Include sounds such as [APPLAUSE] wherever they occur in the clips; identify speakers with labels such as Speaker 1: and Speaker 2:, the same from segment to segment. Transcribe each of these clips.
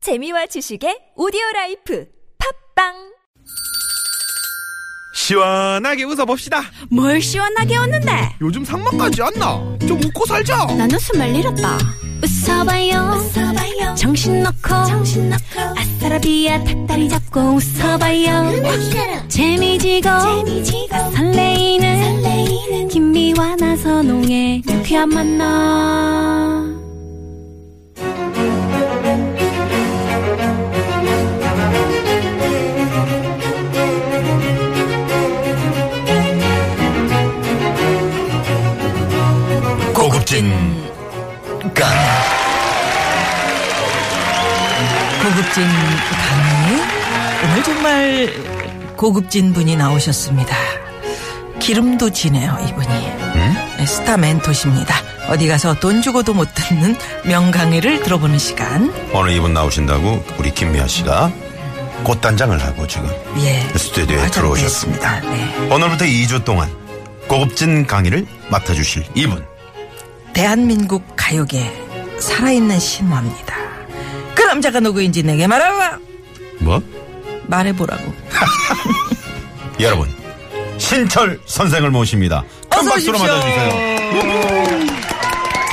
Speaker 1: 재미와 지식의 오디오 라이프 팝빵
Speaker 2: 시원하게 웃어봅시다.
Speaker 3: 뭘 시원하게 웃는데
Speaker 2: 요즘 상만까지 안 나. 좀 웃고 살자.
Speaker 3: 난 웃음을 잃었다 웃어봐요, 정신 놓고 아싸라비아 닭다리 잡고 웃어봐요 재미지고, 설레이는, 김미와 나서 농에 유쾌한 만나
Speaker 4: 고급진 강
Speaker 5: 고급진 강의 오늘 정말 고급진 분이 나오셨습니다. 기름도 지네요 이분이 네, 스타 멘토십니다. 어디 가서 돈 주고도 못 듣는 명강의를 들어보는 시간.
Speaker 4: 오늘 이분 나오신다고 우리 김미아 씨가 꽃단장을 하고 지금
Speaker 5: 예.
Speaker 4: 스튜디오에
Speaker 5: 화장대에
Speaker 4: 들어오셨습니다.
Speaker 5: 있습니다. 네.
Speaker 4: 오늘부터 2주 동안 고급진 강의를 맡아주실 이분
Speaker 5: 대한민국 가요계 살아있는 신화입니다. 그 남자가 누구인지 내게 말하라.
Speaker 4: 뭐?
Speaker 5: 말해보라고.
Speaker 4: 여러분 신철 선생을 모십니다. 큰
Speaker 5: 어서
Speaker 4: 박수로
Speaker 5: 오십시오.
Speaker 4: 맞아주세요.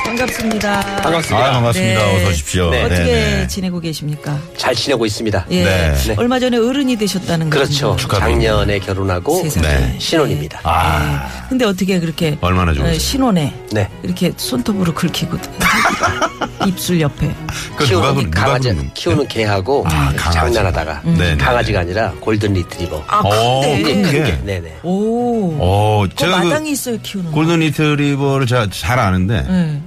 Speaker 5: 반갑습니다.
Speaker 4: 아 반갑습니다.
Speaker 5: 네.
Speaker 4: 어서 오십시오.
Speaker 5: 어떻게
Speaker 4: 네네.
Speaker 5: 지내고 계십니까?
Speaker 6: 잘 지내고 있습니다.
Speaker 5: 예.
Speaker 4: 네.
Speaker 6: 네.
Speaker 5: 얼마 전에 어른이 되셨다는 거.
Speaker 6: 그렇죠.
Speaker 4: 축하드립니다.
Speaker 6: 작년에 결혼하고
Speaker 5: 세상에.
Speaker 4: 네.
Speaker 6: 신혼입니다.
Speaker 4: 아
Speaker 5: 네. 근데 어떻게 그렇게
Speaker 4: 얼마나 좋으세요?
Speaker 5: 어, 신혼에
Speaker 6: 네.
Speaker 5: 이렇게 손톱으로 긁히고 [LAUGHS] 입술 옆에
Speaker 4: 그 누가
Speaker 6: 키우는
Speaker 4: 그 누가
Speaker 6: 강아지
Speaker 4: 그러는
Speaker 6: 키우는 개하고 이렇게
Speaker 4: 강아지.
Speaker 6: 장난하다가
Speaker 4: 네네.
Speaker 6: 강아지가 아니라 골든 리트리버.
Speaker 5: 음. 아
Speaker 4: 오, 큰
Speaker 6: 예,
Speaker 5: 근데
Speaker 4: 게.
Speaker 6: 그렇게. 네네.
Speaker 5: 오
Speaker 4: 어
Speaker 5: 그
Speaker 4: 제가
Speaker 5: 마당이
Speaker 4: 그
Speaker 5: 있어요 키우는 거.
Speaker 4: 골든 리트리버를 자- 잘 아는데
Speaker 5: 네.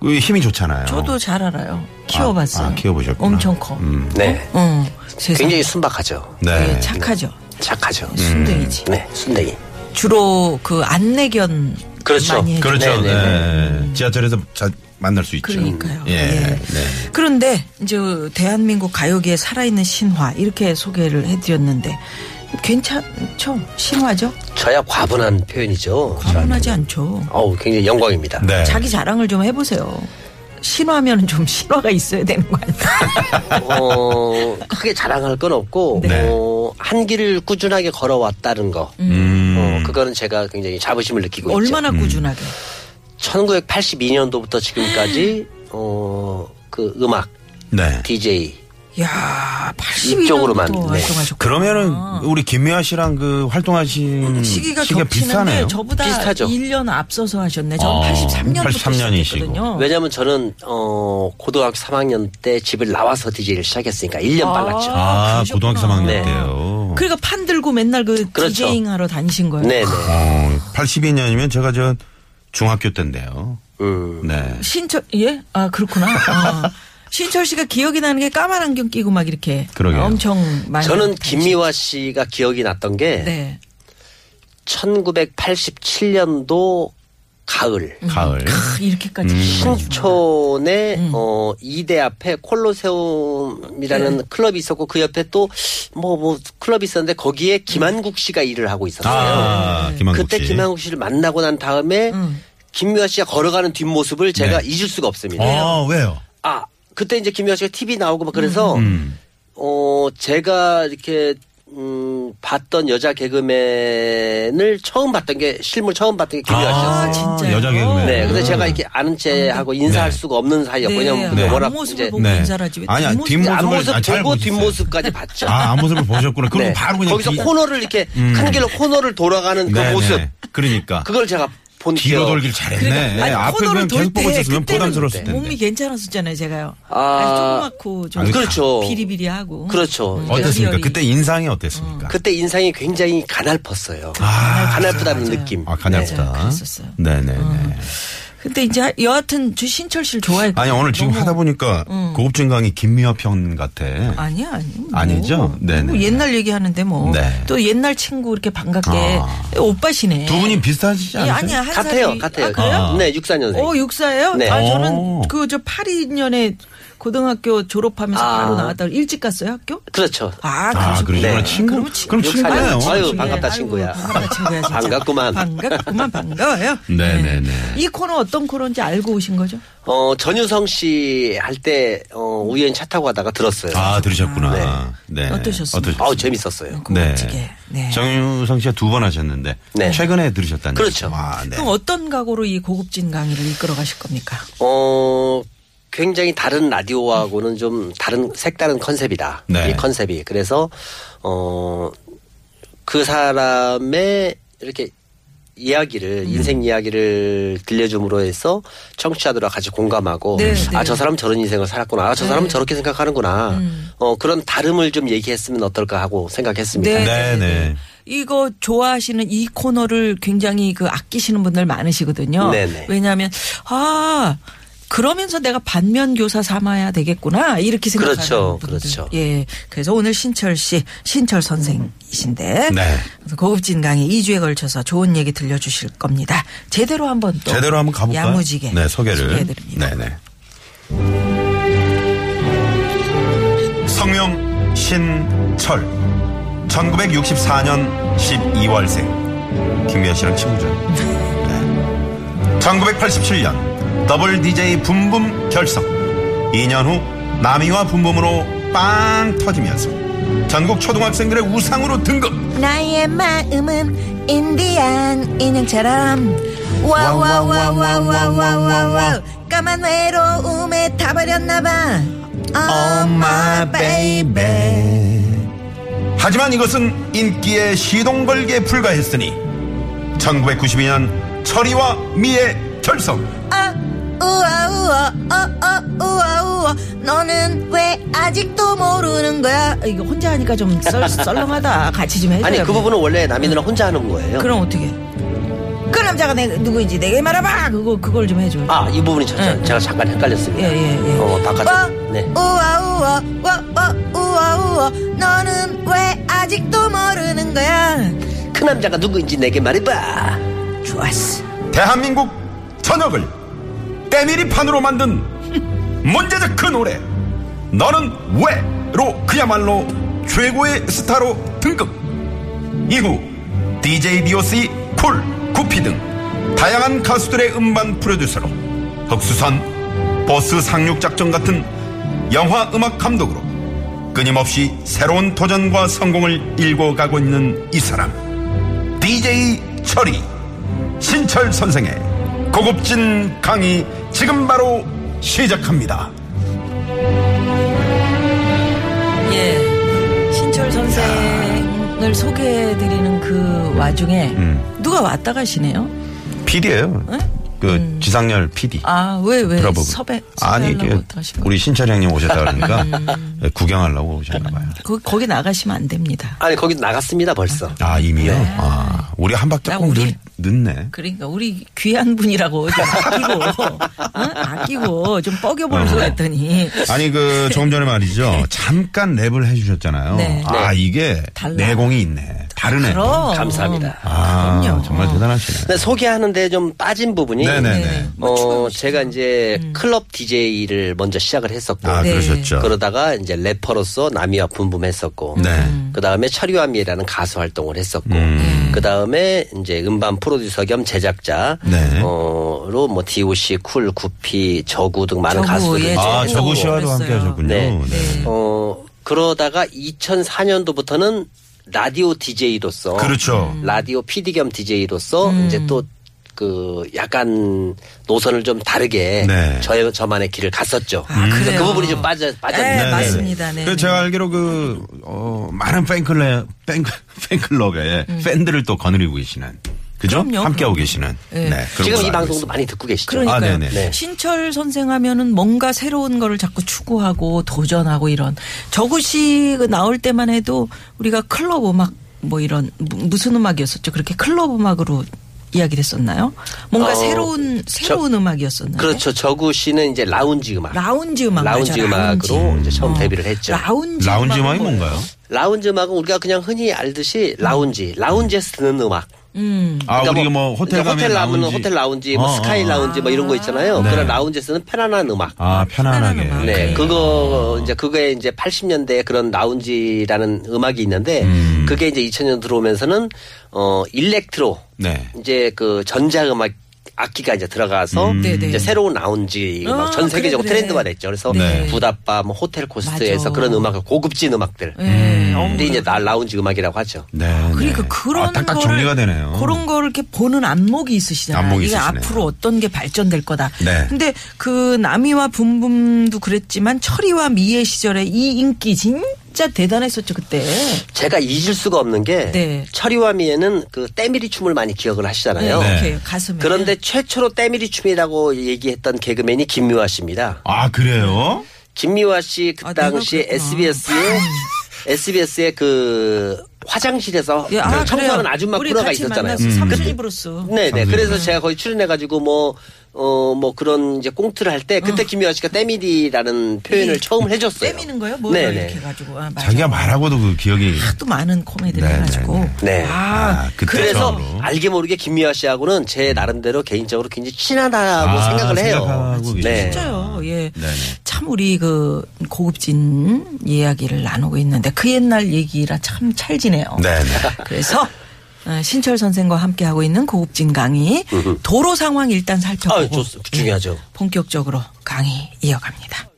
Speaker 4: 그 힘이 좋잖아요.
Speaker 5: 저도 잘 알아요. 키워봤어요.
Speaker 4: 아, 아, 키워보셨구나.
Speaker 5: 엄청 커.
Speaker 4: 음.
Speaker 6: 네.
Speaker 5: 어, 세상.
Speaker 6: 굉장히 순박하죠.
Speaker 4: 네. 음.
Speaker 5: 예, 착하죠.
Speaker 6: 착하죠.
Speaker 5: 순둥이지.
Speaker 6: 네. 순댕이.
Speaker 5: 주로 그 안내견
Speaker 6: 그렇죠.
Speaker 5: 많이 해줘.
Speaker 4: 그렇죠.
Speaker 6: 네,
Speaker 4: 네,
Speaker 6: 네,
Speaker 4: 지하철에서 자, 만날 수 있죠.
Speaker 5: 그러니까요.
Speaker 4: 예.
Speaker 5: 예.
Speaker 4: 네.
Speaker 5: 그런데 이제 대한민국 가요계의 살아있는 신화 이렇게 소개를 해드렸는데 괜찮죠? 신화죠?
Speaker 6: 저야 과분한 표현이죠.
Speaker 5: 과분하지 않죠.
Speaker 6: 어우, 굉장히 영광입니다.
Speaker 4: 네.
Speaker 5: 자기 자랑을 좀 해보세요. 신화면 좀 신화가 있어야 되는 거 아니에요?
Speaker 6: 어, 크게 자랑할 건 없고,
Speaker 4: 네.
Speaker 6: 어, 한 길을 꾸준하게 걸어왔다는 거.
Speaker 4: 음.
Speaker 6: 어, 그거는 제가 굉장히 자부심을 느끼고
Speaker 4: 그렇죠.
Speaker 5: [LAUGHS]
Speaker 6: 있죠.
Speaker 5: 얼마나 꾸준하게.
Speaker 6: 1982년도부터 지금까지 어, 그 음악,
Speaker 4: 네.
Speaker 6: DJ.
Speaker 5: 야 82년
Speaker 6: 이쪽으로만, 네.
Speaker 5: 활동하셨고.
Speaker 4: 그러면은 우리 김미아 씨랑 그 활동하신
Speaker 5: 음, 어, 시기가,
Speaker 4: 비슷하네요.
Speaker 5: 겹치는데 저보다
Speaker 6: 비슷하죠.
Speaker 5: 1년 앞서서 하셨네. 저는
Speaker 4: 어,
Speaker 5: 83년부터
Speaker 4: 83년 이시고.
Speaker 5: 시작했거든요.
Speaker 6: 왜냐면 저는 어, 고등학교 3학년 때 집을 나와서 DJ를 시작했으니까 1년 빨랐죠.
Speaker 4: 아,
Speaker 5: 그러셨구나.
Speaker 4: 고등학교 3학년
Speaker 6: 네.
Speaker 4: 때요.
Speaker 5: 그러니까 판 들고 맨날 그
Speaker 6: 그렇죠.
Speaker 5: 디제잉 하러 다니신 거예요.
Speaker 6: 네네.
Speaker 4: 어, 82년이면 제가 저 중학교 때인데요.
Speaker 6: 음.
Speaker 4: 네.
Speaker 5: 신철 예? 아
Speaker 4: [LAUGHS]
Speaker 5: 그렇구나. 아. 신철 씨가 기억이 나는 게 까만 안경 끼고 막 이렇게
Speaker 4: 그러게요.
Speaker 5: 엄청 많이
Speaker 6: 저는
Speaker 5: 다니시-
Speaker 6: 김미화 씨가 기억이 났던 게
Speaker 5: 네.
Speaker 6: 1987년도 가을.
Speaker 5: 음.
Speaker 4: 가을.
Speaker 5: 크, 이렇게까지
Speaker 4: 음.
Speaker 6: 신촌에 어 이대 앞에 콜로세움이라는
Speaker 4: 네.
Speaker 6: 클럽이 있었고 그 옆에 또 뭐 뭐 클럽이 있었는데 거기에 김한국 씨가 일을 하고 있었어요.
Speaker 4: 음. 아, 김한국
Speaker 6: 그때
Speaker 4: 씨.
Speaker 6: 김한국 씨를 만나고 난 다음에 김미화 씨가 걸어가는 뒷모습을 제가
Speaker 4: 네.
Speaker 6: 잊을 수가 없습니다.
Speaker 4: 어, 왜요?
Speaker 6: 아 그때 이제 김미화 씨가 TV 나오고 막
Speaker 4: 음.
Speaker 6: 그래서 어 제가 이렇게 음 봤던 여자 개그맨을 처음 봤던 게 실물 처음 봤던 게 김미화
Speaker 4: 아.
Speaker 6: 씨였어요.
Speaker 5: 진짜요?
Speaker 4: 여자 개그맨.
Speaker 6: 네, 근데 제가 이렇게 아는 체하고 인사할
Speaker 4: 네.
Speaker 6: 수가 없는 사이였고 왜냐면
Speaker 5: 네.
Speaker 6: 워낙
Speaker 5: 앞모습을
Speaker 6: 이제
Speaker 5: 보고
Speaker 4: 네.
Speaker 5: 인사하지 왜
Speaker 4: 아니야,
Speaker 5: 뒷모습-
Speaker 4: 뒷모습을
Speaker 6: 앞모습
Speaker 4: 아, 잘
Speaker 6: 보고
Speaker 4: 보셨어요.
Speaker 6: 뒷모습까지 봤죠.
Speaker 4: 아, 앞모습을 보셨구나. 그럼
Speaker 6: 네.
Speaker 4: 바로 그냥
Speaker 6: 거기서
Speaker 4: 뒤-
Speaker 6: 코너를 이렇게 한 길로 코너를 돌아가는 그
Speaker 4: 네,
Speaker 6: 모습
Speaker 4: 네. 그러니까.
Speaker 6: 그걸 제가 본
Speaker 4: 뒤로
Speaker 6: 기억.
Speaker 4: 돌길 잘했네.
Speaker 5: 그러니까, 아니,
Speaker 4: 앞에
Speaker 5: 코너를
Speaker 4: 그냥
Speaker 5: 돌
Speaker 4: 계속 보고
Speaker 5: 때
Speaker 4: 있었으면
Speaker 5: 그때는
Speaker 4: 부담스러웠을 텐데.
Speaker 5: 몸이 괜찮았었잖아요, 제가요.
Speaker 6: 아,
Speaker 5: 아주 조그맣고 좀
Speaker 4: 아니,
Speaker 6: 그렇죠.
Speaker 5: 비리비리하고.
Speaker 6: 그렇죠.
Speaker 5: 음,
Speaker 4: 어땠습니까?
Speaker 5: 여리여리.
Speaker 4: 그때 인상이 어땠습니까?
Speaker 6: 그때 인상이 굉장히 가날펐어요. 가날프다는 느낌. 네.
Speaker 4: 아, 가냐프다.
Speaker 5: 맞아요. 네, 그랬었어요.
Speaker 4: 네네네.
Speaker 5: 근데 이제 하- 여하튼 저 신철 씨를 좋아했고.
Speaker 4: 아니, 오늘 지금 하다 보니까 고급진 강의 김미화 편 같아.
Speaker 5: 어. 아니야, 아니. 뭐.
Speaker 4: 아니죠? 네네.
Speaker 5: 뭐 옛날 얘기하는데 뭐.
Speaker 4: 네.
Speaker 5: 또 옛날 친구 이렇게 반갑게.
Speaker 4: 아.
Speaker 5: 오빠시네.
Speaker 4: 두 분이 비슷하시지
Speaker 5: 예,
Speaker 4: 않으세요?
Speaker 5: 아니야, 한
Speaker 6: 같아요,
Speaker 5: 살이.
Speaker 6: 같아요.
Speaker 5: 아, 그래요?
Speaker 4: 아.
Speaker 6: 네, 64년생.
Speaker 5: 어, 육사예요?
Speaker 6: 네.
Speaker 5: 아,
Speaker 4: 오.
Speaker 5: 저는 그 저 82년에 고등학교 졸업하면서
Speaker 6: 아.
Speaker 5: 바로 나왔다고 일찍 갔어요 학교?
Speaker 6: 그렇죠.
Speaker 5: 아,
Speaker 4: 아,
Speaker 5: 그러셨구나.
Speaker 4: 그러시구나.
Speaker 6: 네.
Speaker 4: 친구,
Speaker 5: 그럼
Speaker 4: 그럼,
Speaker 5: 친-
Speaker 4: 친구예요.
Speaker 6: 아유,
Speaker 5: 친구예요.
Speaker 6: 반갑다,
Speaker 5: 아이고,
Speaker 6: 친구야.
Speaker 5: 반갑다, 친구야, 진짜.
Speaker 6: 반갑구만.
Speaker 5: 반갑구만 반가워요.
Speaker 4: [LAUGHS] 네네네.
Speaker 5: 이 코너 어떤 코너인지 알고 오신 거죠?
Speaker 6: 어, 전유성 씨 할 때 어, 우연히 차 타고 가다가 들었어요.
Speaker 4: 아, 들으셨구나. 네.
Speaker 5: 어떠셨습니까?
Speaker 6: 아우 재밌었어요.
Speaker 4: 네.
Speaker 5: 고지게. 네.
Speaker 4: 정유성 씨가 두 번 하셨는데
Speaker 6: 네.
Speaker 4: 최근에 들으셨다는
Speaker 6: 그렇죠.
Speaker 4: 얘기죠. 아, 네.
Speaker 5: 그럼 어떤 각오로 이 고급진 강의를 이끌어 가실 겁니까?
Speaker 6: 어, 굉장히 다른 라디오하고는 좀 다른 색다른 컨셉이다.
Speaker 4: 네.
Speaker 6: 이 컨셉이. 그래서 어, 그 사람의 이렇게
Speaker 4: 음.
Speaker 6: 이야기를 인생 이야기를 들려줌으로 해서 청취자들과 같이 공감하고
Speaker 5: 네,
Speaker 6: 아
Speaker 5: 네.
Speaker 6: 저 사람 은 저런 인생을 살았구나 아 저 사람은 저렇게 생각하는구나
Speaker 5: 음.
Speaker 6: 어 그런 다름을 좀 얘기했으면 어떨까 하고 생각했습니다.
Speaker 4: 네, 네.
Speaker 5: 이거 좋아하시는 이 코너를 굉장히 그 아끼시는 분들 많으시거든요.
Speaker 6: 네, 네.
Speaker 5: 왜냐하면 아 그러면서 내가 반면 교사 삼아야 되겠구나 이렇게 생각하는
Speaker 6: 그렇죠,
Speaker 5: 분들.
Speaker 6: 그렇죠.
Speaker 5: 예, 그래서 오늘 신철 씨, 신철 선생이신데
Speaker 4: 네.
Speaker 5: 그래서 고급진 강의 2주에 걸쳐서 좋은 얘기 들려주실 겁니다. 제대로 한번 또
Speaker 4: 제대로 한번 가볼까요?
Speaker 5: 야무지게
Speaker 4: 네, 소개를.
Speaker 5: 소개해드립니다.
Speaker 4: 네네. 성명 신철 1964년 12월생 김미아 씨랑 친구죠. 네. 1987년 더블 DJ 붐붐 결성 2년 후 남이와 붐붐으로 빵 터지면서 전국 초등학생들의 우상으로 등극
Speaker 5: 나의 마음은 인디안 인형처럼 와와와와와와와와 까만 외로움에 타버렸나봐
Speaker 4: Oh my baby. 하지만 이것은 인기의 시동걸기에 불과했으니 1992년 철이와 미의 결성
Speaker 5: 아, 우와 우와 어, 어, 우와 우와 너는 왜 아직도 모르는 거야 이거 혼자 하니까 좀
Speaker 6: [LAUGHS]
Speaker 5: 썰, 썰렁하다 같이 좀 해줘요
Speaker 6: 아니 그 부분은 원래 남이 누나 혼자 하는 거예요.
Speaker 5: 네. 그럼 어떻게 그 남자가 내, 누구인지 내게 말해봐 그거, 그걸 좀 해줘요
Speaker 6: 아 이 부분이 저, 저,
Speaker 5: 네.
Speaker 6: 제가 잠깐 헷갈렸습니다.
Speaker 5: 예, 예, 예.
Speaker 6: 어 바깥에 네.
Speaker 5: 우와 우와 우와 우와 우와 우와 너는 왜 아직도 모르는 거야
Speaker 6: 그 남자가 누구인지 내게 말해봐.
Speaker 5: 좋았어
Speaker 4: 대한민국 전역을 때밀이판으로 만든 문제적 그 노래 너는 왜로 그야말로 최고의 스타로 등극 이후 DJ BOC 콜 구피 등 다양한 가수들의 음반 프로듀서로 흑수선 보스 상륙 작전 같은 영화 음악 감독으로 끊임없이 새로운 도전과 성공을 일궈 가고 있는 이 사람 DJ 철이 신철 선생의 고급진 강의 지금 바로 시작합니다.
Speaker 5: 예 신철 선생을 소개해드리는 그 와중에
Speaker 4: 음.
Speaker 5: 누가 왔다 가시네요
Speaker 4: PD예요. 그 지상렬 PD.
Speaker 5: 네? 음. 아 왜 왜
Speaker 4: 들어보고.
Speaker 5: 섭외
Speaker 4: 아니
Speaker 5: 섭외하려고
Speaker 4: 이게
Speaker 5: 왔다 가신 거예요? 음.
Speaker 4: 우리 신철 형님 오셨다 그러니까 구경하려고 오셨나 봐요.
Speaker 5: 거, 거기 나가시면 안 됩니다
Speaker 6: 아니 거기 나갔습니다 벌써.
Speaker 4: 아 이미요. 아 우리 한 바퀴
Speaker 5: 네. 나
Speaker 4: 조금
Speaker 5: 우리-
Speaker 4: 늦, 늦네.
Speaker 5: 그러니까 우리 귀한 분이라고 좀
Speaker 4: [LAUGHS]
Speaker 5: 아끼고 어? 아끼고 좀 뻐겨보려고
Speaker 4: 어허.
Speaker 5: 했더니 [LAUGHS]
Speaker 4: 아니 그 조금 전에 말이죠. 잠깐 랩을 해주셨잖아요.
Speaker 5: 네.
Speaker 4: 아 이게
Speaker 5: 달라.
Speaker 4: 내공이 있네. 다르네.
Speaker 5: 그럼
Speaker 6: 감사합니다.
Speaker 4: 아
Speaker 5: 그럼요.
Speaker 4: 정말 대단하시네.
Speaker 6: 근데 소개하는데 좀 빠진 부분이
Speaker 4: 네네네.
Speaker 6: 어 제가 이제
Speaker 5: 음.
Speaker 6: 클럽 DJ를 먼저 시작을 했었고 네.
Speaker 4: 아 그러셨죠.
Speaker 6: 그러다가 이제 래퍼로서 남이와 붐붐했었고
Speaker 4: 네.
Speaker 6: 그 다음에 철유아미라는 가수 활동을 했었고
Speaker 4: 음.
Speaker 6: 그 다음에 이제 음반 프로듀서 겸 제작자
Speaker 4: 네.
Speaker 6: 어로 뭐 D.O.C, 쿨, 구피, 저구 등 많은
Speaker 5: 저구,
Speaker 6: 가수들을
Speaker 5: 예,
Speaker 6: 이제
Speaker 4: 아
Speaker 5: 저구
Speaker 6: 했었고.
Speaker 4: 저구 씨와도
Speaker 5: 했어요.
Speaker 4: 함께 하셨군요.
Speaker 6: 네.
Speaker 5: 예.
Speaker 4: 네.
Speaker 6: 어 그러다가 2004년도부터는 라디오 DJ로서
Speaker 4: 그렇죠.
Speaker 6: 라디오 PD 겸 DJ로서
Speaker 5: 음.
Speaker 6: 이제 또 그 약간 노선을 좀 다르게
Speaker 4: 네.
Speaker 6: 저의 저만의 길을 갔었죠.
Speaker 5: 아,
Speaker 6: 그래서
Speaker 5: 그래요?
Speaker 6: 그 부분이 좀 빠져
Speaker 5: 네,
Speaker 6: 빠졌네요.
Speaker 4: 네네네.
Speaker 5: 맞습니다. 네,
Speaker 4: 그래서
Speaker 5: 네.
Speaker 4: 제가 알기로 그, 어, 많은 팬클럽, 팬, 팬클럽에 팬들을 또 거느리고 계시는. 그죠?
Speaker 5: 그럼요, 그럼요.
Speaker 4: 함께하고 계시는. 네. 그런
Speaker 6: 지금
Speaker 4: 걸로
Speaker 6: 이
Speaker 4: 알고
Speaker 6: 방송도
Speaker 4: 있습니다.
Speaker 6: 많이 듣고
Speaker 4: 아,
Speaker 6: 계시죠.
Speaker 5: 그러니까요.
Speaker 4: 네네.
Speaker 6: 네.
Speaker 5: 신철 선생 하면은 뭔가 새로운 거를 자꾸 추구하고 도전하고 이런 저구씨 그 나올 때만 해도 우리가 클럽 음악 뭐 이런 무- 무슨 음악이었었죠? 그렇게 클럽 음악으로 이야기를 했었나요? 뭔가
Speaker 6: 어,
Speaker 5: 새로운 새로운
Speaker 4: 아,
Speaker 5: 음악이었었나요?
Speaker 6: 그렇죠. 저구 씨는 이제 라운지 음악.
Speaker 5: 라운지 음악
Speaker 6: 라운지
Speaker 5: 맞아요. 라운지. 어.
Speaker 6: 음악으로 이제 처음 데뷔를 했죠.
Speaker 5: 라운지,
Speaker 4: 라운지
Speaker 5: 음악은
Speaker 4: 음악이
Speaker 5: 뭐예요?
Speaker 4: 뭔가요?
Speaker 6: 라운지 음악은 우리가 그냥 흔히 알듯이 라운지, 라운지에서 듣는 음악.
Speaker 5: 음.
Speaker 4: 아, 우리가 뭐 호텔
Speaker 6: 그러니까
Speaker 4: 가면
Speaker 6: 호텔 라운지,
Speaker 4: 라운지.
Speaker 6: 호텔 라운지, 뭐
Speaker 4: 어, 어,
Speaker 6: 스카이
Speaker 4: 어.
Speaker 6: 라운지 뭐 이런 거 있잖아요.
Speaker 4: 네.
Speaker 6: 그런 라운지에서는 편안한 음악.
Speaker 4: 아, 편안하게.
Speaker 5: 편안한 음악.
Speaker 6: 네,
Speaker 5: 네.
Speaker 6: 그거 이제 그거에 이제 80년대 그런 라운지라는 음악이 있는데
Speaker 4: 음.
Speaker 6: 그게 이제 2000년 들어오면서는 어 일렉트로
Speaker 4: 네.
Speaker 6: 이제 그 전자 음악 악기가 이제 들어가서
Speaker 4: 음.
Speaker 5: 네네.
Speaker 6: 이제 새로운 라운지
Speaker 5: 아,
Speaker 6: 막전 세계적으로
Speaker 5: 그래, 그래.
Speaker 6: 트렌드가 됐죠. 그래서
Speaker 4: 네.
Speaker 6: 부다바, 뭐 호텔
Speaker 5: 맞아.
Speaker 6: 코스트에서 그런 음악을 고급진 음악들.
Speaker 5: 네. 어머.
Speaker 6: 근데 이제 나 라운지 음악이라고 하죠.
Speaker 4: 네.
Speaker 5: 그러니까
Speaker 4: 네.
Speaker 5: 그런
Speaker 4: 아, 딱딱
Speaker 5: 거를
Speaker 4: 정리가 되네요.
Speaker 5: 그런 거를 이렇게 보는 안목이 있으시잖아요.
Speaker 4: 안목이
Speaker 5: 이게
Speaker 4: 있으시네요.
Speaker 5: 앞으로 어떤 게 발전될 거다.
Speaker 4: 네.
Speaker 5: 근데 그 남이와 붐붐도 그랬지만 철이와 미의 시절에 이 인기 진짜 대단했었죠 그때.
Speaker 6: 제가 잊을 수가 없는 게
Speaker 5: 네.
Speaker 6: 철이와 미에는 그 때밀이 춤을 많이 기억을 하시잖아요.
Speaker 4: 네.
Speaker 5: 어, 이렇게 가슴에.
Speaker 6: 그런데 최초로 때밀이 춤이라고 얘기했던 개그맨이 김미화 씨입니다.
Speaker 4: 아, 그래요?
Speaker 6: 김미화 씨 그
Speaker 5: 아, 내가
Speaker 6: 당시 에
Speaker 5: 그랬구나. [LAUGHS]
Speaker 6: SBS의 SBS의 그 화장실에서
Speaker 5: 예, 아,
Speaker 6: 청소하는
Speaker 5: 그래요.
Speaker 6: 아줌마
Speaker 5: 우리
Speaker 6: 코너가
Speaker 5: 같이
Speaker 6: 있었잖아요.
Speaker 4: 음.
Speaker 6: 음.
Speaker 5: 만나서 삼순이브로스.
Speaker 6: 네네.
Speaker 4: 잠수함.
Speaker 6: 그래서 제가 거기 출연해가지고 뭐, 어, 뭐 그런 이제 꽁트를 할 때 그때 김미화 씨가 때밀이라는 표현을 처음 해줬어요.
Speaker 5: 어. 때미는 거예요? 뭐
Speaker 6: 네네.
Speaker 5: 이렇게 가지고. 아, 맞아.
Speaker 4: 자기가 말하고도 그 기억이.
Speaker 5: 또 많은 코미디를
Speaker 4: 네,
Speaker 5: 해가지고.
Speaker 4: 네,
Speaker 6: 네.
Speaker 5: 아,
Speaker 4: 아, 그때
Speaker 6: 그래서
Speaker 4: 처음으로.
Speaker 6: 알게 모르게 김미화 씨하고는 제 나름대로 개인적으로 굉장히 친하다고
Speaker 4: 아,
Speaker 6: 생각을 해요.
Speaker 4: 생각하고
Speaker 6: 네.
Speaker 4: 계시죠.
Speaker 5: 진짜요. 예.
Speaker 4: 네네.
Speaker 5: 참 우리 그 고급진 이야기를 나누고 있는데 그 옛날 얘기라 참 찰지네요.
Speaker 4: 네네.
Speaker 5: 그래서 어, 신철 선생과 함께 하고 있는 고급진 강의 도로 상황 일단
Speaker 6: 아,
Speaker 5: 살펴보고 예.
Speaker 6: 좋, 중요하죠.
Speaker 5: 본격적으로 강의 이어갑니다.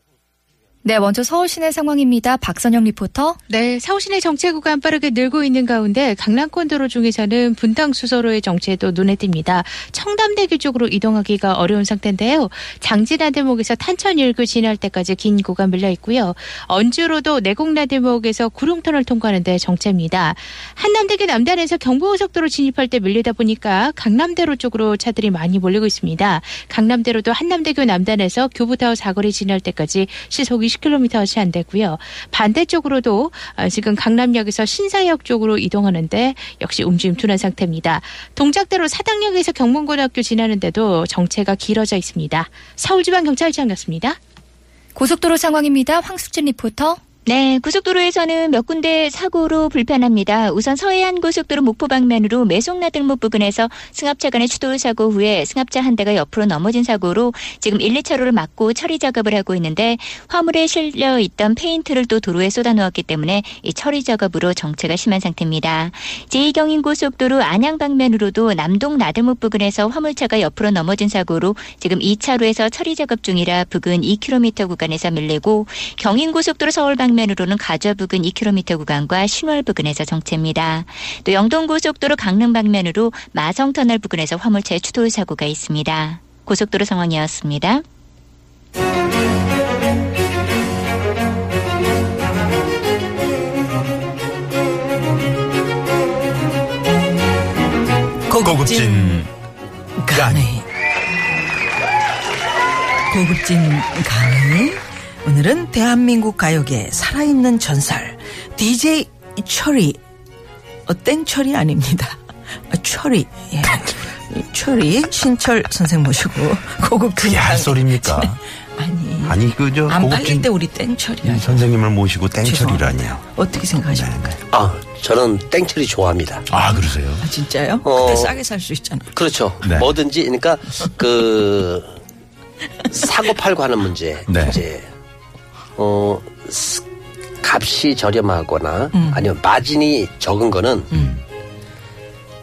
Speaker 7: 네, 먼저 서울 시내 상황입니다. 박선영 리포터.
Speaker 8: 네, 서울시내 정체 구간 빠르게 늘고 있는 가운데 강남권도로 중에서는 분당 수서로의 정체도 눈에 띕니다. 청담대교 쪽으로 이동하기가 어려운 상태인데요. 장진아들목에서 탄천 1구 지날 때까지 긴 구간 밀려 있고요. 언주로도 내곡나들목에서 구릉터널 통과하는데 정체입니다. 한남대교 남단에서 경부고속도로 진입할 때 밀리다 보니까 강남대로 쪽으로 차들이 많이 몰리고 있습니다. 강남대로도 한남대교 남단에서 교부타워 사거리 지날 때까지 시속 20km 안 되고요. 반대쪽으로도 아, 지금 강남역에서 신사역 쪽으로 이동하는데 역시 움직임 둔한 상태입니다. 동작대로 사당역에서 경문고등학교 지나는데도 정체가 길어져 있습니다. 서울지방경찰청이었습니다.
Speaker 7: 고속도로 상황입니다. 황숙진 리포터.
Speaker 9: 네, 고속도로에서는 몇 군데 사고로 불편합니다. 우선 서해안 고속도로 목포 방면으로 매송나들목 부근에서 승합차 간의 추돌 사고 후에 승합차 한 대가 옆으로 넘어진 사고로 지금 1, 2차로를 막고 처리 작업을 하고 있는데 화물에 실려 있던 페인트를 또 도로에 쏟아놓았기 때문에 이 처리 작업으로 정체가 심한 상태입니다. 제2경인 고속도로 안양 방면으로도 남동 나들목 부근에서 화물차가 옆으로 넘어진 사고로 지금 2차로에서 처리 작업 중이라 부근 2km 구간에서 밀리고 경인고속도로 서울 방면으로는 가좌 부근 2km 구간과 신월 부근에서 정체입니다. 또 영동고속도로 강릉 방면으로 마성터널 부근에서 화물차의 추돌 사고가 있습니다. 고속도로 상황이었습니다.
Speaker 4: 고급진
Speaker 5: 강의. 네. 고급진 강의. 오늘은 대한민국 가요계 살아있는 전설 DJ 철이 어, 땡철이 아닙니다. 아, 철이 예. 철이 신철 선생 모시고 고급진
Speaker 4: 그게 할
Speaker 5: 강의.
Speaker 4: 소리입니까?
Speaker 5: 아니
Speaker 4: 아니, 그저
Speaker 5: 안
Speaker 4: 고급진
Speaker 5: 빨릴 때 우리 땡철이야.
Speaker 4: 선생님을 모시고 땡처리라니요. 네,
Speaker 5: 어떻게 생각하십니까?
Speaker 6: 아, 저는 땡철이 좋아합니다.
Speaker 4: 아, 그러세요?
Speaker 5: 아, 진짜요?
Speaker 6: 어.
Speaker 5: 그때 싸게 살 수 있잖아.
Speaker 6: 그렇죠.
Speaker 4: 네.
Speaker 6: 뭐든지 그러니까 그 사고 팔고 하는 문제
Speaker 4: 네.
Speaker 6: 이제 어 스- 값이 저렴하거나 아니면 마진이 적은 거는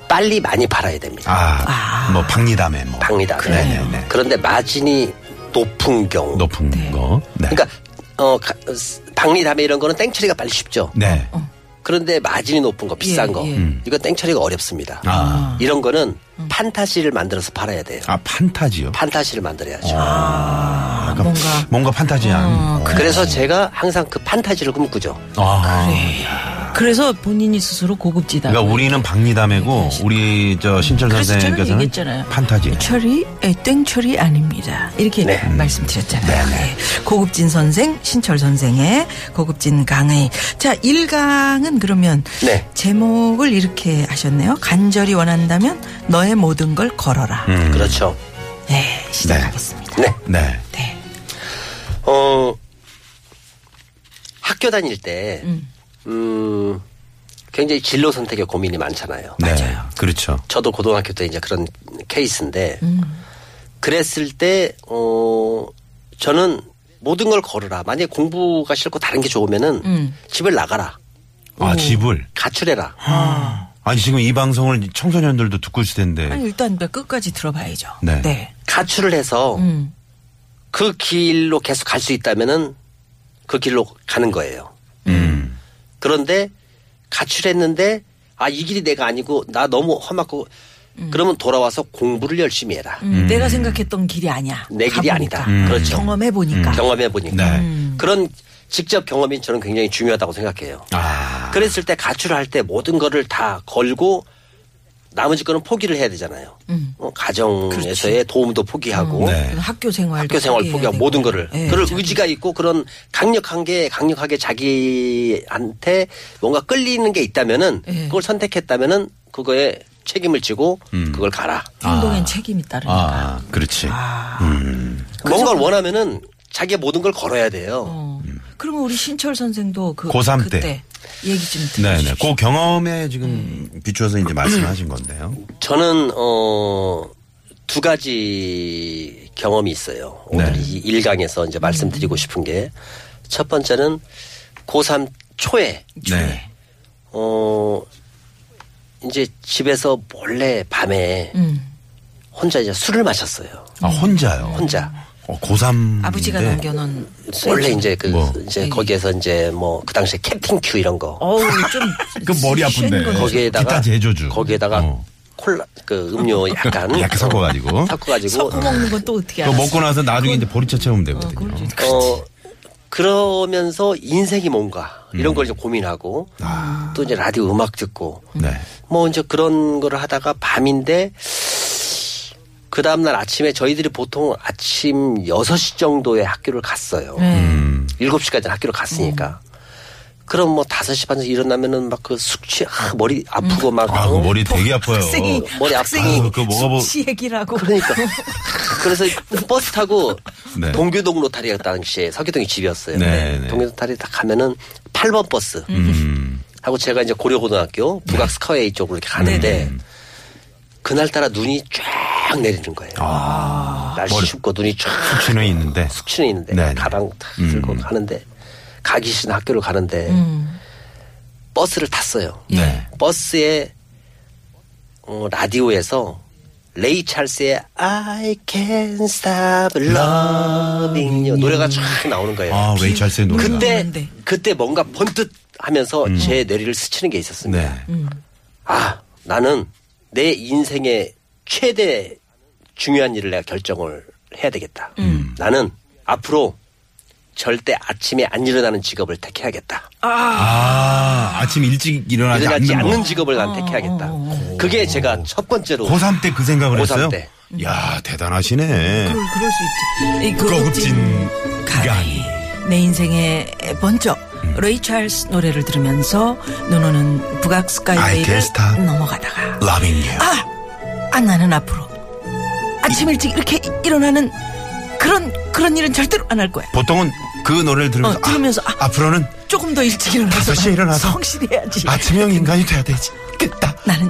Speaker 6: 빨리 많이 팔아야 됩니다.
Speaker 4: 아, 뭐, 박리담에 뭐.
Speaker 6: 방리다.
Speaker 4: 네네네.
Speaker 6: 그런데 마진이 높은 경우.
Speaker 4: 높은 거. 네.
Speaker 6: 그러니까 어 가- 박리담에 이런 거는 땡처리가 빨리 쉽죠.
Speaker 4: 네.
Speaker 5: 어.
Speaker 6: 그런데 마진이 높은 거 비싼
Speaker 5: 예, 음.
Speaker 6: 거
Speaker 5: 예.
Speaker 6: 이거 땡처리가 어렵습니다.
Speaker 4: 음. 아.
Speaker 6: 이런 거는 판타지를 만들어서 팔아야 돼요.
Speaker 4: 아, 판타지요?
Speaker 6: 판타지를 만들어야죠.
Speaker 4: 아, 그러니까
Speaker 5: 뭔가.
Speaker 4: 뭔가 판타지한. 어,
Speaker 6: 그래서 제가 항상 그 판타지를 꿈꾸죠.
Speaker 4: 아,
Speaker 5: 그래서 본인이 스스로 고급지다.
Speaker 4: 그러니까 우리는 박리담이고 우리 저 신철
Speaker 5: 네, 음. 그래서 저는
Speaker 4: 선생님께서는
Speaker 5: 얘기했잖아요. 그렇죠.
Speaker 4: 판타지.
Speaker 5: 철이 에, 땡철이 아닙니다. 이렇게 음.
Speaker 6: 네.
Speaker 5: 말씀드렸잖아요. 예. 고급진 선생 신철 선생의 고급진 강의. 자 1강은 그러면
Speaker 6: 네.
Speaker 5: 제목을 이렇게 하셨네요. 간절히 원한다면 너의 모든 걸 걸어라.
Speaker 4: 음.
Speaker 6: 그렇죠.
Speaker 5: 네 시작하겠습니다.
Speaker 6: 네.
Speaker 4: 네.
Speaker 5: 네.
Speaker 6: 어, 학교 다닐 때, 음, 굉장히 진로 선택에 고민이 많잖아요.
Speaker 4: 맞아요. 그렇죠.
Speaker 6: 저도 고등학교 때 이제 그런 케이스인데
Speaker 5: 음.
Speaker 6: 그랬을 때 어, 저는 모든 걸 걸으라. 만약에 공부가 싫고 다른 게 좋으면은
Speaker 5: 음.
Speaker 6: 집을 나가라.
Speaker 4: 아 집을.
Speaker 6: 가출해라.
Speaker 4: 아니 지금 이 방송을 청소년들도 듣고 있을 텐데.
Speaker 6: 네.
Speaker 5: 아니 일단 뭐 끝까지 들어봐야죠.
Speaker 4: 네.
Speaker 6: 가출을 해서
Speaker 5: 음.
Speaker 6: 그 길로 계속 갈 수 있다면은 그 길로 가는 거예요.
Speaker 4: 음.
Speaker 6: 그런데 가출했는데 아 이 길이 내가 아니고 나 너무 험하고 그러면 돌아와서 공부를 열심히 해라.
Speaker 5: 음, 내가 생각했던 길이 아니야.
Speaker 6: 내 길이
Speaker 5: 가보니까.
Speaker 6: 아니다.
Speaker 4: 음.
Speaker 6: 그렇죠.
Speaker 5: 경험해 보니까. 음.
Speaker 6: 경험해 보니까
Speaker 4: 네.
Speaker 6: 그런 직접 경험이 저는 굉장히 중요하다고 생각해요.
Speaker 4: 아.
Speaker 6: 그랬을 때 가출할 때 모든 거를 다 걸고 나머지 거는 포기를 해야 되잖아요.
Speaker 5: 음.
Speaker 6: 어, 가정에서의 도움도 포기하고
Speaker 4: 네.
Speaker 5: 학교 생활
Speaker 6: 학교 생활 포기하고 모든 거를
Speaker 5: 예,
Speaker 6: 그럴 의지가 있고 그런 강력한 게 강력하게 자기한테 뭔가 끌리는 게 있다면은
Speaker 5: 네.
Speaker 6: 그걸 선택했다면은 그거에 책임을 지고 그걸 가라.
Speaker 5: 행동엔
Speaker 6: 아.
Speaker 5: 책임이 따르니까.
Speaker 4: 아, 그렇지.
Speaker 6: 뭔가를 원하면은 자기 모든 걸 걸어야 돼요.
Speaker 5: 어. 그러면 우리 신철 선생도 그
Speaker 4: 음. 고3 때.
Speaker 5: 그때 얘기 좀
Speaker 4: 네네.
Speaker 5: 들어주십시오.
Speaker 4: 그 경험에 지금
Speaker 5: 음.
Speaker 4: 비추어서 이제 말씀하신 건데요.
Speaker 6: 저는 어. 두 가지 경험이 있어요. 오늘
Speaker 4: 네.
Speaker 6: 이 1강에서 이제 말씀드리고 싶은 게 첫 번째는 고3 초에
Speaker 4: 네.
Speaker 6: 어 이제 집에서 몰래 밤에
Speaker 5: 음.
Speaker 6: 혼자 이제 술을 마셨어요.
Speaker 4: 아, 혼자요.
Speaker 6: 혼자.
Speaker 5: 음.
Speaker 4: 어, 고3.
Speaker 5: 아버지가 남겨놓은
Speaker 6: 원래 이제 그
Speaker 4: 뭐.
Speaker 6: 이제 거기에서 이제 뭐 그 당시에 캡틴 큐 이런 거
Speaker 5: 어우 좀.
Speaker 4: [LAUGHS] 그 머리 아픈데.
Speaker 5: 센 거.
Speaker 6: 거기에다가
Speaker 4: 기타 제조주.
Speaker 6: 거기에다가
Speaker 4: 어.
Speaker 6: 콜라 그 음료
Speaker 4: [LAUGHS]
Speaker 6: 약간
Speaker 4: 약간 섞어가지고.
Speaker 6: [LAUGHS] 섞어가지고
Speaker 5: 섞어 먹는 건 또 어떻게
Speaker 4: 그거
Speaker 5: 알았어?
Speaker 4: 먹고 나서 나중에 이제 보리차 채우면
Speaker 5: 어,
Speaker 4: 되거든요.
Speaker 5: 그걸 좀-
Speaker 6: 어 그러면서 인생이 뭔가
Speaker 4: 음.
Speaker 6: 이런 걸 이제 고민하고
Speaker 4: 아.
Speaker 6: 또 이제 라디오 음악 듣고
Speaker 4: 네.
Speaker 6: 뭐 이제 그런 거를 하다가 밤인데 그 다음날 아침에 저희들이 보통 아침 6시 정도에 학교를 갔어요.
Speaker 4: 음.
Speaker 6: 7시까지 학교를 갔으니까. 그럼 뭐 5시 반에 일어나면은 막 그 숙취, 아, 머리 아프고 막.
Speaker 4: 아, 그
Speaker 6: 어?
Speaker 4: 머리 되게 아파요.
Speaker 5: 학생이
Speaker 6: 머리 아파.
Speaker 5: 학생이
Speaker 4: 아, 그거 먹어보-
Speaker 5: 숙취 얘기라고.
Speaker 6: 그러니까. 그래서 버스 타고
Speaker 4: 네.
Speaker 6: 동교동 로타리가 당시에 서교동이 집이었어요.
Speaker 4: 네, 네.
Speaker 6: 동교동 로타리 딱 가면은 8번 버스.
Speaker 4: 음. 네.
Speaker 6: 하고 제가 이제 고려고등학교 북악 스카웨이 쪽으로 이렇게 가는데
Speaker 4: 음.
Speaker 6: 그날따라 눈이 쫙 내리는 거예요. 날씨
Speaker 4: 아, 머리-
Speaker 6: 춥고 눈이 쫙
Speaker 4: 숙취는 있는데.
Speaker 6: 숙취는 있는데
Speaker 4: 네, 네.
Speaker 6: 가방 다 들고
Speaker 4: 음.
Speaker 6: 가는데 가기 싫은 학교를 가는데 버스를 탔어요.
Speaker 5: 예.
Speaker 4: 네.
Speaker 6: 버스에 어, 라디오에서 레이 찰스의 I Can't Stop Loving You 노래가 쫙 나오는 거예요.
Speaker 4: 아, 웨이찰스의 노래가.
Speaker 6: 그때
Speaker 5: 오는데.
Speaker 6: 그때 뭔가 번뜩 하면서 제 뇌리를 스치는 게
Speaker 4: 음.
Speaker 6: 있었습니다.
Speaker 4: 네.
Speaker 5: 음.
Speaker 6: 아, 나는 내 인생의 최대 중요한 일을 내가 결정을 해야 되겠다. 나는 앞으로 절대 아침에 안 일어나는 직업을 택해야겠다.
Speaker 4: 아, 아침 일찍 일어나지
Speaker 6: 일어나지
Speaker 4: 않는,
Speaker 6: 않는
Speaker 4: 거.
Speaker 6: 직업을 난 택해야겠다. 그게 제가 첫 번째로
Speaker 4: 고3 때 그 생각을
Speaker 6: 고삼
Speaker 4: 했어요?
Speaker 6: 때.
Speaker 4: 야, 대단하시네.
Speaker 5: 그럴, 그럴 수 있지. 이
Speaker 4: 고급진
Speaker 5: 가이.
Speaker 4: 가이. 음.
Speaker 5: 내 인생의 번쩍 레이 찰스 노래를 들으면서 눈 오는 북악
Speaker 4: I
Speaker 5: 스카이웨이를
Speaker 4: can't stop.
Speaker 5: 넘어가다가
Speaker 4: 러빙 유.
Speaker 5: 아! 아 나는 앞으로 아침 일찍 이렇게 이- 일어나는 그런 그런 일은 절대로 안 할 거야.
Speaker 4: 보통은 그 노래를 들으면서,
Speaker 5: 어, 들으면서,
Speaker 4: 아,
Speaker 5: 아.
Speaker 4: 앞으로는
Speaker 5: 조금 더 일찍 일어나서
Speaker 4: 다섯 시에 일어나서
Speaker 5: 성실해야지.
Speaker 4: 아침형 인간이 돼야 되지. 끝다.
Speaker 5: 나는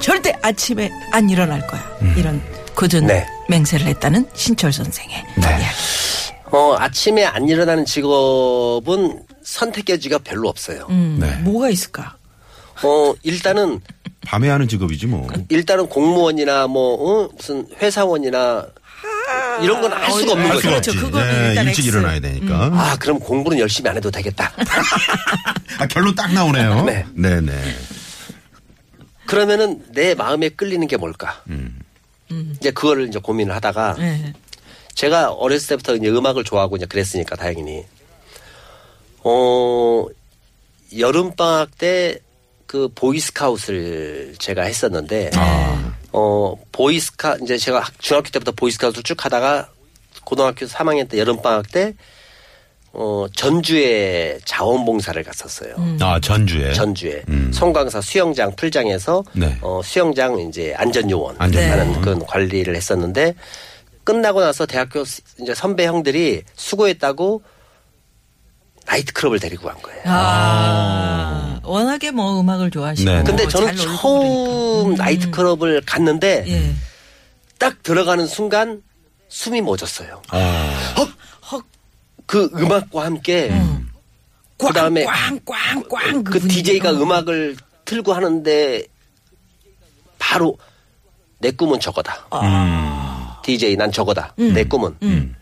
Speaker 5: 절대 아침에 안 일어날 거야. 이런 굳은
Speaker 6: 네.
Speaker 5: 맹세를 했다는 신철 선생의
Speaker 4: 네.
Speaker 5: 이야기.
Speaker 6: 어, 아침에 안 일어나는 직업은 선택의 여지가 별로 없어요.
Speaker 4: 네.
Speaker 5: 뭐가 있을까?
Speaker 6: 어, 일단은
Speaker 4: 밤에 하는 직업이지 뭐.
Speaker 5: 그,
Speaker 6: 일단은 공무원이나 뭐 어? 무슨 회사원이나 이런 건 할 수가 없는
Speaker 4: 할 수가
Speaker 5: 그렇죠.
Speaker 6: 거죠.
Speaker 4: 없지. 네,
Speaker 5: 그거는 일단 X.
Speaker 4: 일찍
Speaker 5: 음.
Speaker 4: 일어나야 되니까.
Speaker 6: 아, 그럼 공부는 열심히 안 해도 되겠다.
Speaker 4: 아, 결론 딱 나오네요.
Speaker 6: 네.
Speaker 4: 네,
Speaker 6: 그러면은 내 마음에 끌리는 게 뭘까? 이제 그거를 이제 고민을 하다가
Speaker 5: 네.
Speaker 6: 제가 어렸을 때부터 이제 음악을 좋아하고 이제 그랬으니까 다행히 어 여름 방학 때 그 보이스카웃을 제가 했었는데 어 보이스카 이제 제가 학- 중학교 때부터 보이스카웃을 쭉 하다가 고등학교 3학년 때 여름 방학 때 어 전주에 자원봉사를 갔었어요.
Speaker 4: 아, 전주에.
Speaker 6: 전주에 송강사 수영장 풀장에서
Speaker 4: 네.
Speaker 6: 어, 수영장 이제 안전요원
Speaker 4: 안전요원.
Speaker 6: 하는 그런 관리를 했었는데 끝나고 나서 대학교 스- 이제 선배 형들이 수고했다고 나이트클럽을 데리고 간 거예요.
Speaker 5: 아, 워낙에 뭐 음악을 좋아하시고.
Speaker 4: 네.
Speaker 6: 근데
Speaker 5: 뭐
Speaker 6: 저는
Speaker 5: 잘 놀고
Speaker 6: 처음
Speaker 5: 그러니까.
Speaker 6: 나이트클럽을 갔는데
Speaker 5: 예.
Speaker 6: 딱 들어가는 순간 숨이 멎었어요.
Speaker 4: 아,
Speaker 6: 그 음악과 함께 그다음에
Speaker 5: 꽝꽝꽝꽝
Speaker 6: 그 DJ가 음악을 틀고 하는데 바로 내 꿈은 저거다. DJ 난 저거다. 내 꿈은.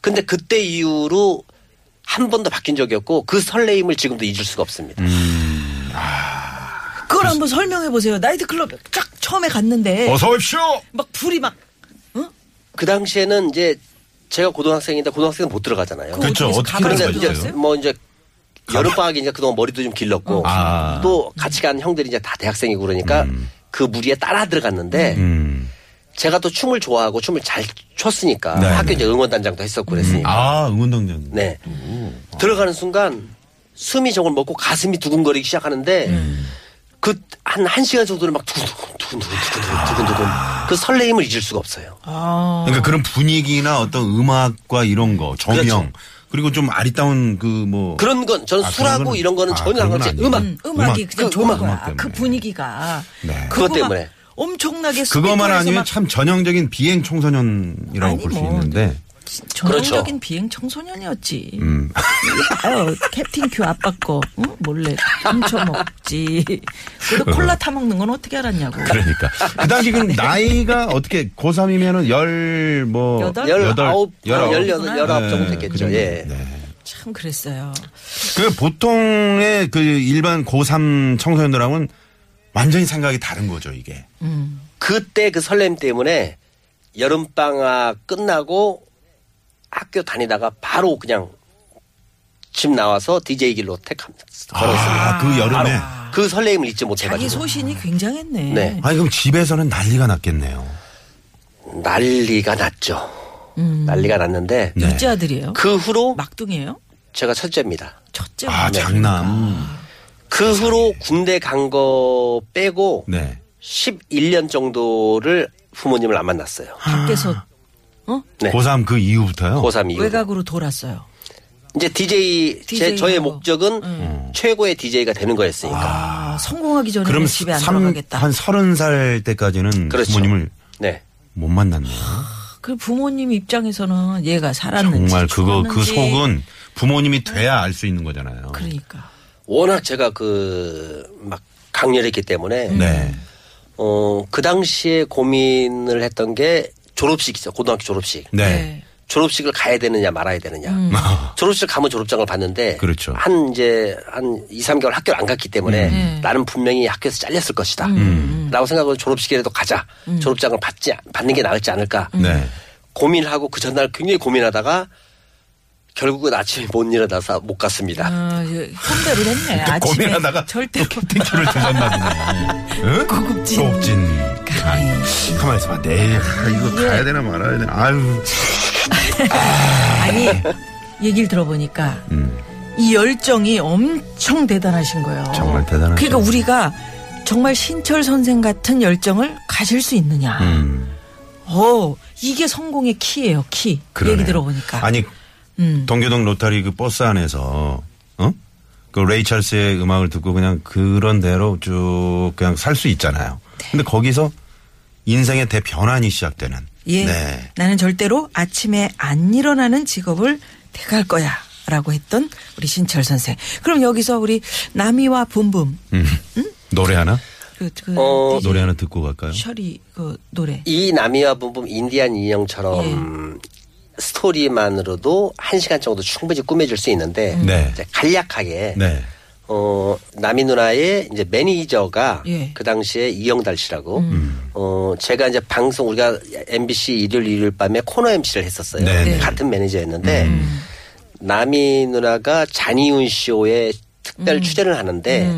Speaker 6: 근데 그때 이후로 한 번도 바뀐 적이 없고 그 설레임을 지금도 잊을 수가 없습니다.
Speaker 5: 그걸 한번 설명해 보세요. 나이트클럽 쫙 처음에 갔는데
Speaker 4: 어서 오십시오.
Speaker 5: 막 불이 막
Speaker 6: 그 당시에는 이제 제가 고등학생인데 고등학생은 못 들어가잖아요.
Speaker 5: 그
Speaker 4: 그렇죠.
Speaker 5: 어디에서
Speaker 4: 어떻게
Speaker 5: 가방을
Speaker 6: 그런데
Speaker 4: 들어가셨어요?
Speaker 6: 이제 뭐 이제 여름 방학이니까 그동안 머리도 좀 길렀고
Speaker 4: 아.
Speaker 6: 또 같이 간 형들이 이제 다 대학생이고 그러니까 그 무리에 따라 들어갔는데
Speaker 4: 음.
Speaker 6: 제가 또 춤을 좋아하고 춤을 잘 췄으니까
Speaker 4: 네,
Speaker 6: 학교
Speaker 4: 네.
Speaker 6: 이제 응원단장도 했었고 그랬으니까
Speaker 4: 아, 응원동전.
Speaker 6: 네 들어가는 순간 숨이 저걸 먹고 가슴이 두근거리기 시작하는데
Speaker 4: 음.
Speaker 6: 그 한 한 시간 정도를 막 두근두근 두근두근 두근두근 두근두근
Speaker 4: 아.
Speaker 6: 그 설레임을 잊을 수가 없어요.
Speaker 5: 아,
Speaker 4: 그러니까 그런 분위기나 어떤 음악과 이런 거, 조명, 그리고좀 아리따운 그 뭐.
Speaker 6: 그런 건 저는
Speaker 4: 아, 그런
Speaker 6: 술하고
Speaker 4: 건-
Speaker 6: 이런 거는
Speaker 4: 아,
Speaker 6: 전혀
Speaker 4: 그런 건
Speaker 6: 상관없이
Speaker 4: 아니에요.
Speaker 6: 음악
Speaker 5: 음, 음악이
Speaker 4: 음악,
Speaker 5: 그냥
Speaker 6: 그
Speaker 5: 좋은
Speaker 6: 음악,
Speaker 5: 거야.
Speaker 4: 음악 때문에.
Speaker 5: 그 분위기가
Speaker 4: 네.
Speaker 5: 그거
Speaker 6: 그것 때문에.
Speaker 5: 막 엄청나게
Speaker 4: 그것만
Speaker 5: 스피커에서
Speaker 4: 아니면
Speaker 5: 막
Speaker 4: 참 전형적인 비행 청소년이라고
Speaker 5: 아니,
Speaker 4: 볼 수
Speaker 5: 뭐.
Speaker 4: 있는데.
Speaker 5: 전형적인
Speaker 6: 그렇죠.
Speaker 5: 비행 청소년이었지.
Speaker 4: 음.
Speaker 5: 아유, 캡틴 큐 아빠 거 응? 몰래 훔쳐 먹지. 그래도 콜라 타 먹는 건 어떻게 알았냐고.
Speaker 4: 어. 그러니까. 그 당시
Speaker 5: 네.
Speaker 4: 그럼 나이가 어떻게 고3이면은 열 뭐.
Speaker 5: 여덟?
Speaker 6: 열아홉,
Speaker 4: 열아홉.
Speaker 6: 열여덟, 열아홉 정도
Speaker 4: 네, 그
Speaker 6: 됐겠죠.
Speaker 4: 정도.
Speaker 6: 예.
Speaker 4: 네.
Speaker 5: 참 그랬어요.
Speaker 4: 그 보통의 그 일반 고3 청소년들하고는 완전히 생각이 다른 거죠, 이게.
Speaker 6: 그때 그 설렘 때문에 여름방학 끝나고 학교 다니다가 바로 그냥 집 나와서 DJ 길로 택합 걸었습니다.
Speaker 4: 아, 그 여름에.
Speaker 6: 그 설레임을 잊지
Speaker 4: 네,
Speaker 5: 자기
Speaker 6: 못해가지고
Speaker 5: 소신이 굉장했네.
Speaker 6: 네.
Speaker 4: 아니, 그럼 집에서는 난리가 났겠네요.
Speaker 6: 난리가 났죠. 난리가 났는데
Speaker 4: 네.
Speaker 5: 둘째 아들이에요.
Speaker 6: 그 후로
Speaker 5: 막둥이에요.
Speaker 6: 제가 첫째입니다.
Speaker 5: 첫째.
Speaker 4: 아, 장남.
Speaker 6: 그 후로 군대 간 거 빼고
Speaker 4: 네.
Speaker 6: 11년 정도를 부모님을 안 만났어요.
Speaker 4: 아.
Speaker 5: 밖에서
Speaker 6: 네.
Speaker 4: 고3 그 이후부터요?
Speaker 6: 고3 이후.
Speaker 5: 외곽으로 돌았어요.
Speaker 6: 이제 DJ, 제,
Speaker 5: DJ
Speaker 6: 저의
Speaker 5: 하고.
Speaker 6: 목적은 최고의 DJ가 되는 거였으니까.
Speaker 5: 아, 성공하기 전에
Speaker 4: 그럼
Speaker 5: 집에 안
Speaker 4: 삼,
Speaker 5: 들어가겠다.
Speaker 4: 한 서른 살 때까지는
Speaker 6: 그렇죠.
Speaker 4: 부모님을
Speaker 6: 네.
Speaker 4: 못 만났네요.
Speaker 5: 그 부모님 입장에서는 얘가 살았는지
Speaker 4: 정말 그거 그
Speaker 5: 죽었는지.
Speaker 4: 속은 부모님이 돼야 알 수 있는 거잖아요.
Speaker 5: 그러니까
Speaker 6: 워낙 제가 그 막 강렬했기 때문에
Speaker 4: 네.
Speaker 6: 어, 그 당시에 고민을 했던 게 졸업식이죠. 고등학교 졸업식.
Speaker 4: 네.
Speaker 6: 졸업식을 가야 되느냐 말아야 되느냐.
Speaker 4: [LAUGHS]
Speaker 6: 졸업식 가면 졸업장을 받는데
Speaker 4: 그렇죠. 음.
Speaker 6: 한 이제 한 2, 3개월 학교를 안 갔기 때문에 나는 분명히 학교에서 잘렸을 것이다. 라고 생각하고 졸업식이라도 가자. 졸업장을 받지 받는 게 나을지 않을까.
Speaker 4: 네.
Speaker 6: 고민하고 그 전날 굉장히 고민하다가 결국은 아침에 못 일어나서 못 갔습니다.
Speaker 5: 아, 예, 혼대를 했네.
Speaker 4: 또
Speaker 5: 아침에
Speaker 4: 고민하다가
Speaker 5: 절대
Speaker 4: 절대 캡틴큐를 드셨나 보네. 응?
Speaker 5: 고급진.
Speaker 4: 고급진. 아이, 가만히 있어봐. 내일 아, 이거
Speaker 5: 예.
Speaker 4: 가야 되나 말아야 되나. 아유.
Speaker 5: 아니 얘기를 들어보니까
Speaker 4: 음.
Speaker 5: 이 열정이 엄청 대단하신 거예요.
Speaker 4: 정말 대단하죠.
Speaker 5: 그러니까 우리가 정말 신철 선생 같은 열정을 가질 수 있느냐.
Speaker 4: 음,
Speaker 5: 어 이게 성공의 키예요 키. 그
Speaker 4: 그러네요.
Speaker 5: 얘기 들어보니까.
Speaker 4: 아니
Speaker 5: 음.
Speaker 4: 동교동 로타리 그 버스 안에서 어? 그 레이첼스의 음악을 듣고 그냥 그런 대로 쭉 그냥 살 수 있잖아요.
Speaker 5: 네.
Speaker 4: 근데 거기서 인생의 대변환이 시작되는.
Speaker 5: 예.
Speaker 4: 네.
Speaker 5: 나는 절대로 아침에 안 일어나는 직업을 택할 거야. 라고 했던 우리 신철 선생. 그럼 여기서 우리 남이와 붐붐.
Speaker 4: 음. 노래 하나?
Speaker 5: 그, 그,
Speaker 6: 어,
Speaker 5: DJ
Speaker 4: 노래 하나 듣고 갈까요?
Speaker 5: 셔리 그 노래.
Speaker 6: 이 나미와 붐붐 인디안 인형처럼 스토리만으로도 한 시간 정도 충분히 꾸며줄 수 있는데
Speaker 4: 네.
Speaker 6: 이제 간략하게
Speaker 4: 네.
Speaker 6: 어, 남이 누나의 이제 매니저가
Speaker 5: 예. 음.
Speaker 6: 그 당시에 이영달 씨라고
Speaker 4: 음.
Speaker 6: 어, 제가 이제 방송 우리가 MBC 일요일 일요일 밤에 코너 MC를 했었어요.
Speaker 4: 네, 음. 네.
Speaker 6: 같은 매니저였는데 남이 누나가 잔이윤 쇼에 특별
Speaker 5: 음.
Speaker 6: 출연을 하는데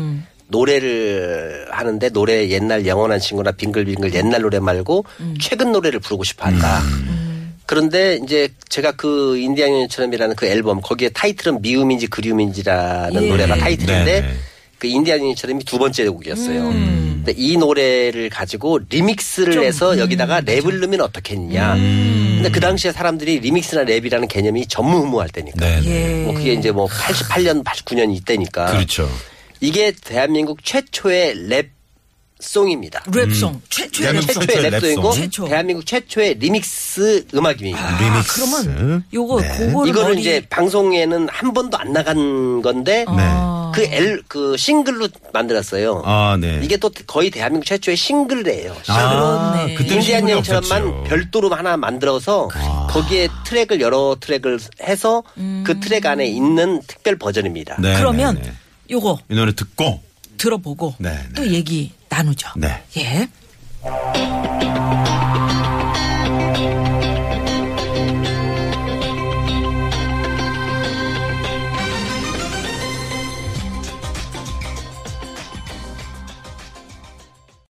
Speaker 6: 노래를 하는데 노래 옛날 영원한 친구나 빙글빙글 옛날 노래 말고
Speaker 5: 음.
Speaker 6: 최근 노래를 부르고 싶어 한다.
Speaker 4: 음.
Speaker 6: 그런데 이제 제가 그 인디안 연처럼이라는 그 앨범 거기에 타이틀은 미움인지 그리움인지라는
Speaker 5: 예.
Speaker 6: 노래가 타이틀인데
Speaker 4: 음, 네, 네.
Speaker 6: 그 인디안인처럼이 두 번째 곡이었어요.
Speaker 5: 음.
Speaker 6: 근데 이 노래를 가지고 리믹스를
Speaker 5: 좀,
Speaker 6: 해서
Speaker 5: 음,
Speaker 6: 여기다가 랩을 넣으면 어떻겠냐. 근데 그 당시에 사람들이 리믹스나 랩이라는 개념이 전무후무할 때니까.
Speaker 4: 네. 네.
Speaker 5: 예.
Speaker 6: 뭐 그게 이제 뭐 88년, 89년 이때니까.
Speaker 4: 그렇죠.
Speaker 6: 이게 대한민국 최초의 랩송입니다.
Speaker 4: 음.
Speaker 5: 랩송 최초의
Speaker 4: 대한민국
Speaker 5: 랩송.
Speaker 6: 최초의
Speaker 4: 랩송.
Speaker 6: 랩송이고
Speaker 5: 최초.
Speaker 6: 대한민국 최초의 리믹스 음악입니다.
Speaker 5: 아,
Speaker 4: 리믹스.
Speaker 5: 그러면 요거
Speaker 4: 네.
Speaker 5: 그거를
Speaker 6: 이거를
Speaker 5: 머리-
Speaker 6: 이제 방송에는 한 번도 안 나간 건데
Speaker 5: 아.
Speaker 6: 그 엘, 그 싱글로 만들었어요.
Speaker 4: 네. 아, 네.
Speaker 6: 이게 또 거의 대한민국 최초의 싱글이에요.
Speaker 4: 아,
Speaker 5: 그러네.
Speaker 4: 그때
Speaker 6: 인디안
Speaker 4: 신분이
Speaker 6: 여행처럼만
Speaker 4: 없었죠. 그렇죠.
Speaker 6: 별도로 하나 만들어서 거기에 트랙을 여러 트랙을 해서
Speaker 5: 음.
Speaker 6: 그 트랙 안에 있는 특별 버전입니다.
Speaker 4: 네,
Speaker 5: 그러면
Speaker 4: 네, 네.
Speaker 5: 요거
Speaker 4: 이 노래 듣고
Speaker 5: 들어보고
Speaker 4: 네, 네.
Speaker 5: 예. 또 얘기 나누죠.
Speaker 4: 네.
Speaker 5: 예.
Speaker 9: 아